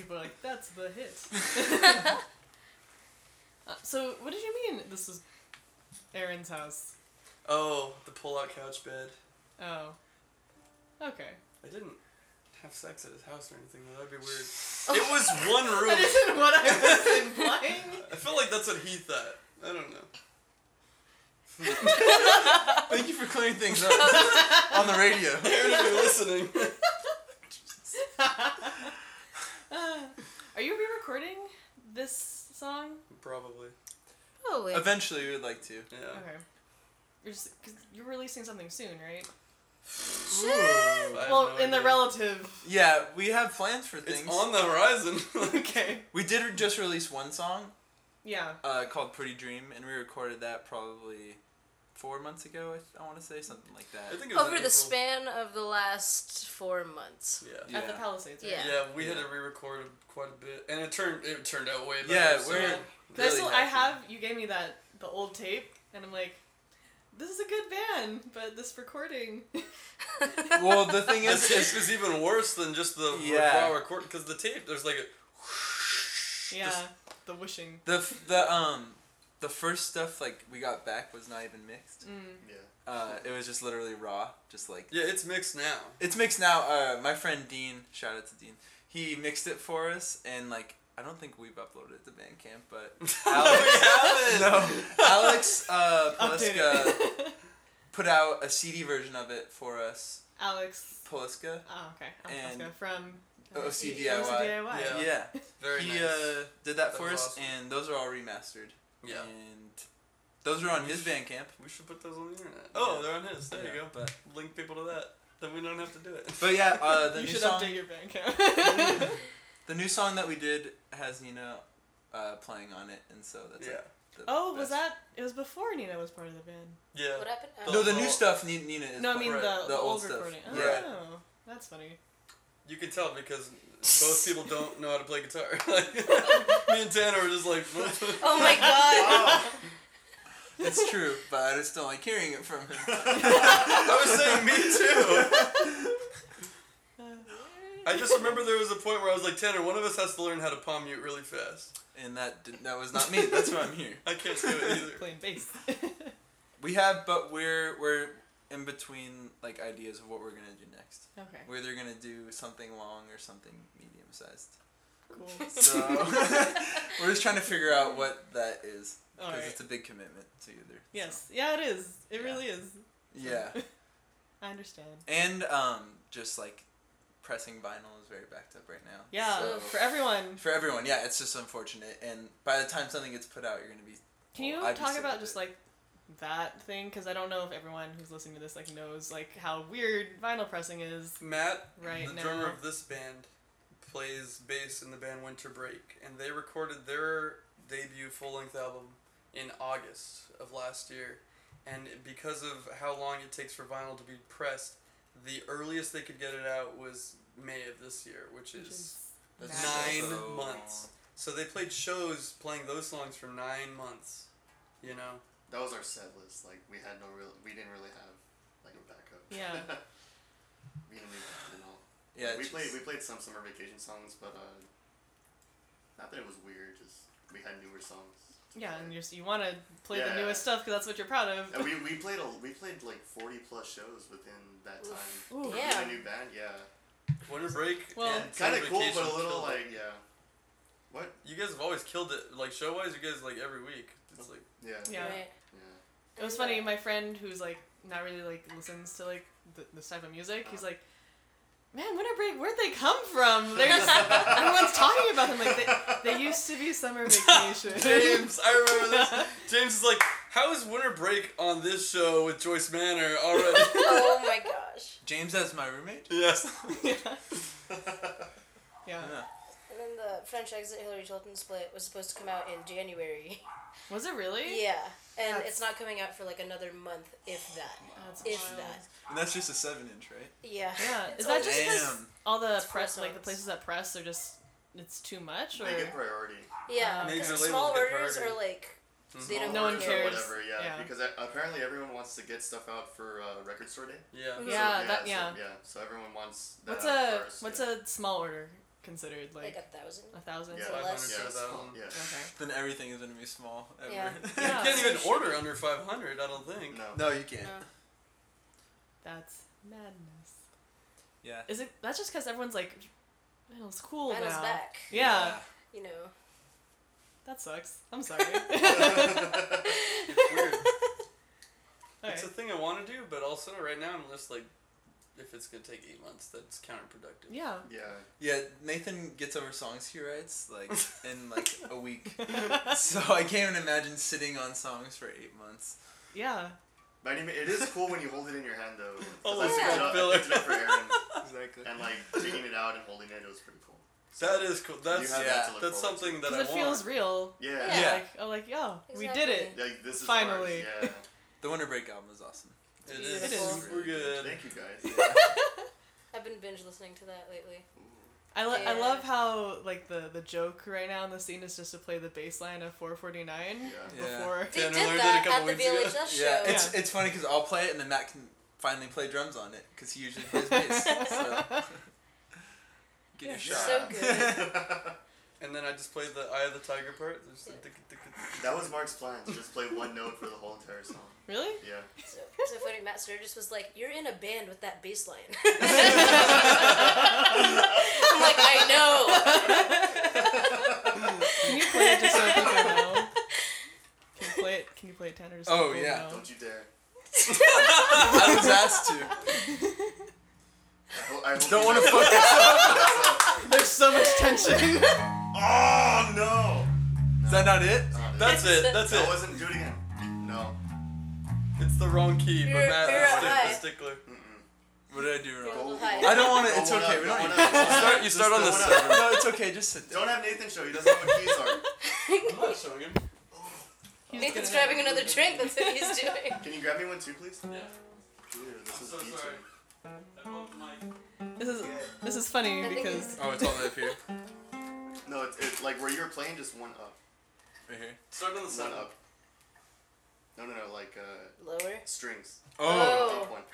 like, that's the hit. Uh, so, what did you mean this is Aaron's house?
Oh, the pull-out couch bed.
Oh. Okay.
I didn't have sex at his house or anything. though. That'd be weird. It was one room.
That isn't what I was implying.
I feel like that's what he thought. I don't know.
Thank you for clearing things up on the radio.
Aaron, if you're listening.
Uh, Are you re-recording this song?
Probably.
Probably.
Eventually, we would like to.
Yeah.
Okay. You're just you you're releasing something soon, right?
I have
Well,
no
in the
idea.
relative.
Yeah, we have plans for things.
It's on the horizon.
okay.
we did just release one song
Yeah.
uh, called Pretty Dream, and we recorded that probably four months ago, I, th- I want to say, something like
I
that.
think it was in
Over the
April.
span of the last four months.
Yeah.
At the
Yeah.
Palisades. Right?
Yeah.
Yeah, we had to re-record quite a bit, and it turned it turned out way better.
Yeah,
so-
we're
Yeah. 'Cause I
really
still I
happy.
have you gave me that the old tape and I'm like, this is a good band, but this recording.
Well, the thing
The
is,
tape
is
is even worse than just the
Yeah.
raw record because the tape there's like a,
yeah. the whooshing.
the f- the um the first stuff like we got back was not even
Mm.
mixed.
Yeah.
Uh, it was just literally raw, just like
yeah it's mixed now.
it's mixed now. Uh, my friend Dean, shout out to Dean, he mixed it for us, and like I don't think we've uploaded it to Bandcamp, but Alex, no, Alex uh,
Update
Poliska
it.
put out a CD version of it for us.
Alex.
Poliska,
Oh, okay. Alex
And-
Oscar from
OCDIY.
OCDIY.
Yeah.
yeah,
Very
he
nice.
uh, did that,
That
for
was
us,
awesome.
and those are all remastered.
yeah,
and those are on his Bandcamp.
we should put those on the internet. Oh,
Yeah.
they're on his. There
Yeah,
you go.
but-
link people to that. Then we don't have to do it.
But yeah, uh, the
you
new
should
song,
update your bank account.
the new song that we did has Nina uh, playing on it, and so that's
yeah,
like the
oh, was
best.
that? It was before Nina was part of the band.
yeah.
What happened?
No,
No, the
Oh.
new stuff. Ni- Nina is.
No, I
playing.
mean
right,
the, the old,
stuff.
recording. Oh,
Yeah.
that's funny.
You can tell because both people don't know how to play guitar. Like, me and Tanner were just like,
Oh my god.
It's true, but I just don't like hearing it from him.
I was saying me too.
Uh,
I just remember there was a point where I was like, Tanner, one of us has to learn how to palm mute really fast.
And that did, that was not me. That's why I'm here.
I can't do it either.
Playing bass.
We have, but we're we're in between like ideas of what we're gonna do next.
okay,
We're either gonna do something long or something medium sized.
cool.
So we're just trying to figure out what that is
All
because
right.
it's a big commitment to either.
yes. Yeah, it is. It
Yeah.
really is.
Yeah.
I understand.
And um, just like pressing vinyl is very backed up right now.
Yeah,
So,
for everyone.
for everyone, yeah, it's just unfortunate. And by the time something gets put out, you're gonna be.
Can you
Well, I'd be
talk
sick
about
of
just
it.
like that thing? Because I don't know if everyone who's listening to this like knows like how weird vinyl pressing is.
Matt,
Right
the
now.
drummer of this band, plays bass in the band Winter Break, and they recorded their debut full length album in August of last year. And because of how long it takes for vinyl to be pressed, the earliest they could get it out was May of this year, which
Which
is
is
That's
nine
so long.
months. So they played shows playing those songs for nine months. You know,
That was our set list. Like we had no real. We didn't really have like a backup.
Yeah.
we didn't really, you know.
Yeah.
we
it's
played
just-
we played some summer vacation songs, but uh, not that it was weird. Just we had newer songs.
yeah, and you're, you want to play
Yeah.
the newest stuff because that's what you're proud of.
And we, we played a, we played like forty plus shows within that
Oof.
time.
Ooh.
With
Yeah.
a new band, yeah.
Winter Break.
Well-
and
Kind
Summer
of cool,
Vacation
but a little
killed it.
like yeah. What?
You guys have always killed it, like show wise. You guys like every week. It's like
Yeah.
Yeah.
Right.
Yeah.
It was funny. My friend who's like not really like listens to like th- this type of music. He's like, man, winter break. Where'd they come from? They're just everyone's talking about them. Like they, they used to be summer vacation.
James, I remember this. James is like, how is Winter Break on this show with Joyce Manor already?
Oh my gosh.
James as my roommate.
yes.
yeah. yeah.
Yeah.
And then the French Exit Hillary Clinton split was supposed to come out in January.
Was it really?
Yeah. And
That's-
it's not coming out for like another month, if that.
That's
If
wild.
that.
And that's just a seven inch, right?
Yeah.
Yeah.
It's
Is that
all-
just because
Damn.
all the
It's
press,
four
like the
songs.
places that press, they're just it's too much, or
They get priority.
Yeah.
Major
'cause
labels
small
get
orders
priority.
are like
Mm-hmm.
they don't
No one
care.
cares.
Or whatever, yeah.
Yeah.
Because uh, apparently everyone wants to get stuff out for uh, record store day.
Yeah.
yeah, that
so,
yeah.
yeah. So everyone wants that
What's
out
a
first,
what's
yeah.
a small order? considered like,
like a thousand.
a thousand?
Yeah.
so
Five
less.
hundred to a
Yeah.
thousand.
Yeah.
Okay.
Then everything is gonna be small. Ever.
Yeah.
Yeah.
You can't even order under five hundred. I don't think.
No.
No, you can't.
No.
That's madness.
Yeah.
Is it? That's just because everyone's like, vinyls cool
Vinyls
now.
back.
Yeah.
You know.
That sucks. I'm sorry.
It's weird.
Alright.
It's a thing I want to do, but also right now I'm just like, if it's gonna take eight months, that's counterproductive.
Yeah.
Yeah.
Yeah, Nathan gets over songs he writes like in like a week. so I can't even imagine sitting on songs for eight months.
Yeah.
But anyway, it is cool when you hold it in your hand though. 'cause
Oh,
I
it's
picked it
got
up- I
filler.
picked it up for Aaron,
Exactly.
and like taking it out and holding it, it was pretty cool.
That is cool. That's
you have
yeah,
that to look
that's
forward to.
something that I
Because it
want.
feels real.
Yeah.
Yeah.
Like, oh, like, yo, we did it.
Exactly.
Like this is
Finally.
ours, Yeah.
The Winter Break album is awesome.
it is.
It is.
We're good.
Thank you guys.
I've been binge listening to that lately.
I, lo-
Yeah.
I love how, like, the, the joke right now in the scene is just to play the bass line of 449
Yeah.
Yeah.
before.
They
Tanner learned
did
it a
that
couple
at the
weeks ago.
VLHS show.
Yeah, it's it's funny because I'll play it and then Matt can finally play drums on it because he usually plays bass. So. Get your shot.
So good.
And then I just played the Eye of the Tiger part. There's the tick- tick- tick-
That was Mark's plan to just play one note for the whole entire song.
Really?
Yeah.
so, so funny. Matt Sturgis was like, "You're in a band with that bass line." I'm like, I know.
Can you play it just so people know? Can you play it? Can you play it, Tanner? Just so
Oh,
people
yeah.
know?
Don't you dare.
I was asked to.
I, ho- I hope
Don't
you
want to
guys-
fuck this up.
There's so much tension.
Oh no!
Is that not it?
Oh,
That's it. That's
that
it.
wasn't. Do it again. No.
It's the wrong key, but
You're- you're
Matt
high.
is stick- the stickler.
What did I do wrong?
Go-
Hi.
I don't want to.
Go
It's
one
okay.
up,
We
go
don't.
one
Need
up.
to. You start. You
Just
start on
go
this
one
side.
up.
No, it's okay. Just sit there.
Don't have Nathan show. He doesn't know what keys are.
I'm not showing him.
Nathan's grabbing another drink. That's what he's doing.
Can you grab me one too, please?
Yeah.
Dude, this
I'm
is
so
beats
sorry.
me.
I bumped my-
This is this is funny
I think
because
Oh, it's all the way up here.
No, it's, it's like where you were playing, just one up.
Right here.
Start on the
One
side.
up. No, no, no, like uh,
Lower.
strings.
Oh.
Oh.
Top one.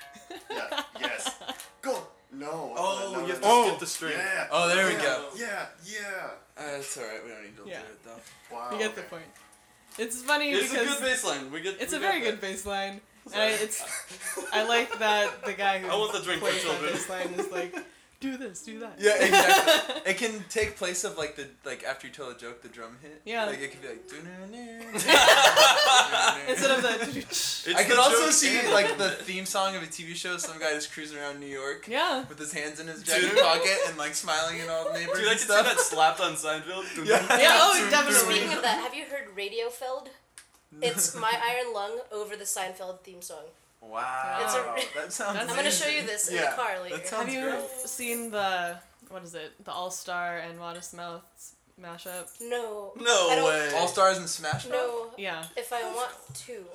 Yeah. Yes. Go. No.
Oh,
no,
you have to
no, no.
skip the string.
Yeah.
Oh, there we
yeah.
go.
Yeah. Yeah.
Uh, it's all right. We don't need to
Yeah.
do it though.
Wow.
you get the
okay.
point. It's funny
It's a
because
good baseline. We get.
it's
we
a
got
very
that.
good bass line. And I, it's I like that the guy who
I want the drink for
plays that
children.
bass line is like, do this, do that.
Yeah, exactly. it can take place of like the like after you tell a joke, the drum hit.
Yeah.
Like it could be like. "Doo-doo-doo,
Instead
doo-doo-doo."
of the
It's
I
the
could also
joke
see
and-
like the theme song of a TV show. Some guy just cruising around New York
yeah.
with his hands in his jacket
Dude.
pocket and like smiling at all neighbors
Dude, I
and
can see that
stuff.
slapped on Seinfeld.
Yeah.
Yeah, oh,
Speaking
definitely.
of that, have you heard Radiofeld? It's My Iron Lung over the Seinfeld theme song.
Wow.
It's a-
that sounds.
I'm
I'm gonna show you this in
Yeah,
the car
That
later.
Have
sounds
you
great.
seen the what is it? The All Star and Modest Mouse mashup?
No. I
No
don't-
way.
All stars and Smash. Mouth?
No.
Yeah.
If I want to.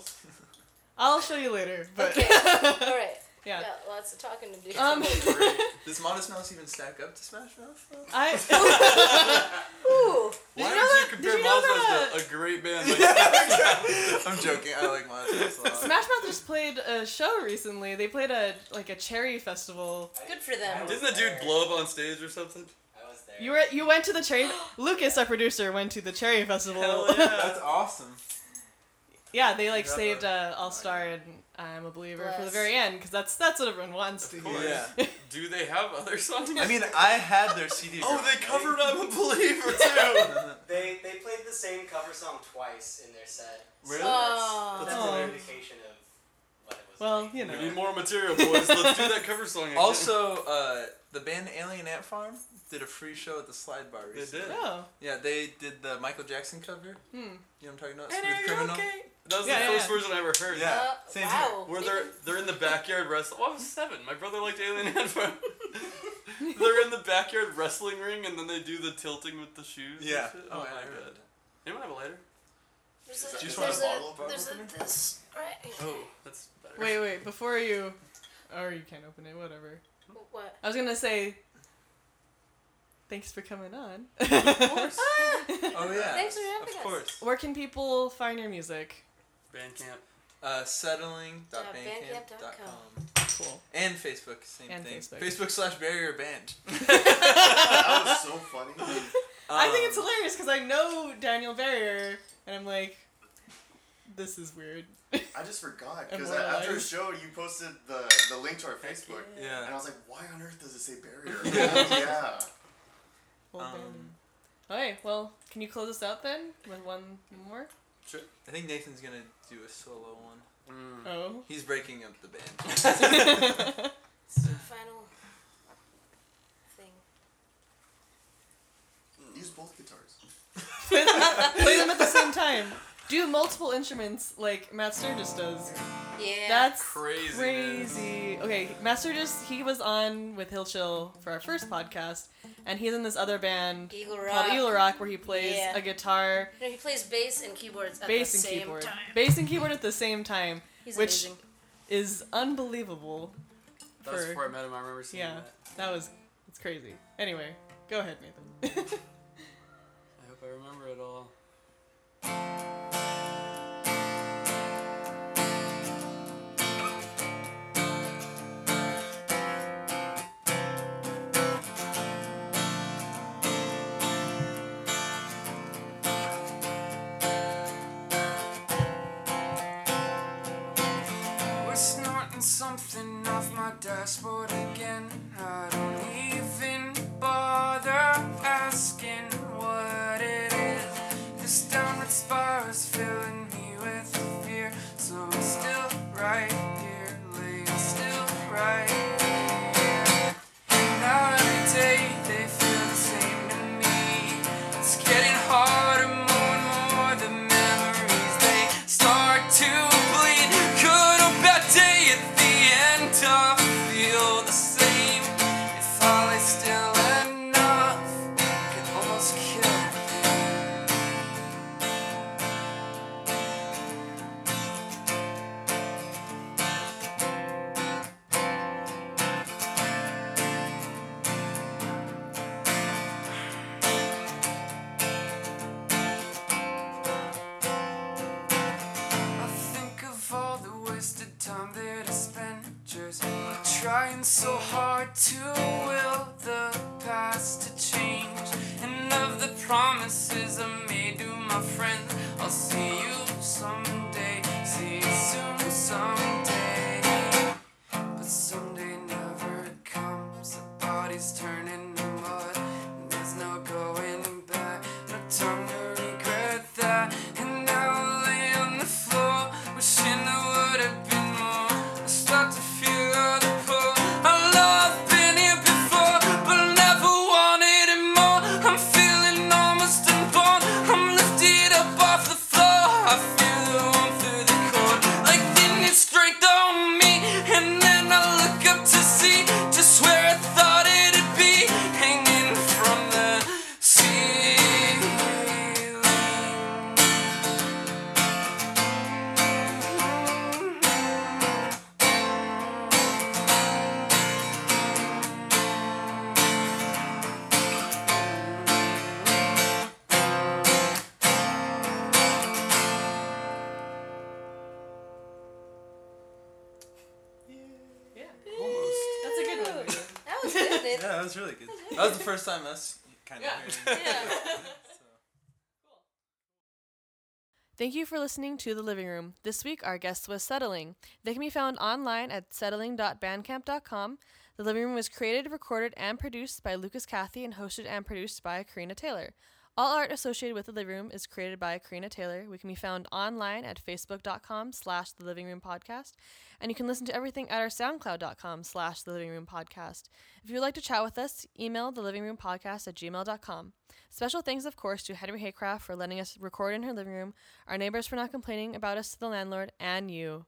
I'll show you later, but
Okay. All right.
yeah.
Got lots of talking to do.
Um
Does Modest Mouse even stack up to Smash Mouth? though?
I
Ooh.
you
Why would
know
you
that-
compare
did you know
Mazda
that-
to a great band like
I'm joking. I like Modest Mouse a lot.
Smash Mouth just played a show recently. They played a like a cherry festival.
Good for them.
Didn't the dude blow up on stage or something?
I was there.
You were you went to the cherry Lucas, our producer, went to the cherry festival.
Hell yeah.
That's awesome.
Yeah, they like
Yeah.
saved uh, All Star and I'm a Believer for the
Bless.
very end because that's that's what everyone wants to
Of
hear.
course.
Yeah.
Do they have other songs?
I mean, I had their CD.
oh, they
growing
covered "I'm a Believer" too.
up.
They they played the same cover song twice in their set.
Really?
So
Aw.
that's, that's
Aw.
an indication of what it was.
Well,
like.
you
We need
know,
more material, boys. Let's do that cover song again.
also, uh, the band Alien Ant Farm did a free show at the Slide Bar
they
recently.
did.
oh,
Yeah, they did the Michael Jackson cover.
hmm.
You know what I'm talking about?
And
Smooth
are you
Criminal.
okay?
That was
Yeah,
the
yeah,
first
yeah.
version I ever heard.
Yeah.
Uh,
same here.
wow.
Where they're they're in the backyard wrestling. Oh, I was seven. My brother liked Alien Ant Farm. they're in the backyard wrestling ring, and then they do the tilting with the shoes. and
Yeah.
shit.
Oh,
Oh,
yeah, I
my
remember
god. Anyone have a lighter?
There's
Do
a,
you
there's
just
a,
want a bottle of
there's
bourbon?
a this. Right.
Oh, that's better.
Wait, wait, before you, or you can't open it. Whatever.
What?
I was gonna say, thanks for coming on.
Of course. Uh,
Oh yeah.
Ah! Thanks for having
Of
us.
course.
Where can people find your music?
Bandcamp.
Uh, settling. dot
Dot
bandcamp
bandcamp
dot
dot com.
com.
Cool.
And Facebook, same
And
thing.
Facebook.
slash barrier band.
that was so funny.
I think it's
Um,
hilarious because I know Daniel Barrier, and I'm like, this is weird.
I just forgot
And
because after the
realized.
show you posted the, the link to our Facebook,
Yeah.
and I was like, why on earth does it say barrier? yeah.
Well,
um,
Okay, well, can you close us out then with one more?
Sure. I think Nathan's gonna do a solo one.
Oh.
He's breaking up the band.
It's the final thing.
Use both guitars.
Play them at the same time. Do multiple instruments like Matt Sturgis does.
Yeah.
That's
Crazy.
crazy. Okay, Matt Sturgis, he was on with Hill Chill for our first podcast, and he's in this other band
Eagle Rock.
called Eagle Rock where he plays
Yeah.
a guitar,
No, he plays bass and keyboards at
bass,
the
and
same
keyboard.
time.
Bass and keyboard at the same time
He's
Which-
amazing.
is unbelievable.
That was
For-
before I met him. I remember seeing
Yeah.
that.
That was, it's crazy. Anyway, go ahead, Nathan.
I hope I remember it all.
We're snorting something off my dashboard again. I don't even bother asking what it is. This downward spiral is filling me with fear. So I'm still right here, laying still right here. Now every day they feel the same to me. It's getting harder, more and more the memories they start to bleed. Good or bad day at the end, I feel the same. If all is still enough, it almost killed me. I think of all the wasted time that I spent just trying so hard to will the past to change. And of the promises I made to my friends, I'll see you someday, see you soon someday. But someday never comes. The body's turning to mud. and There's no going back. No time to regret that. And now I lay on the floor, wishing I would have been more. I start to feel all the pull. I love been here before, but never wanted it more. I'm feeling almost unborn. I'm lifted up off the floor. I feel the warmth through the cord, like thin it's strength on me. And then I look up to see just where I thought it'd be, hanging from the ceiling.
Almost.
That's a good one. Nathan.
That was good.
Yeah,
Nathan.
that was really good. That was the first time us kind of
Yeah.
hearing. it.
yeah.
So.
Thank you for listening to The Living Room. This week, our guest was Settling. They can be found online at settling.bandcamp.com. The Living Room was created, recorded, and produced by Lucas Cathy and hosted and produced by Karina Taylor. All art associated with The Living Room is created by Karina Taylor. We can be found online at facebook.com slash The Living Room Podcast. And you can listen to everything at our soundcloud.com slash The Living Room Podcast. If you would like to chat with us, email The Living Room Podcast at gmail.com. Special thanks, of course, to Henry Haycraft for letting us record in her living room, our neighbors for not complaining about us to the landlord, and you.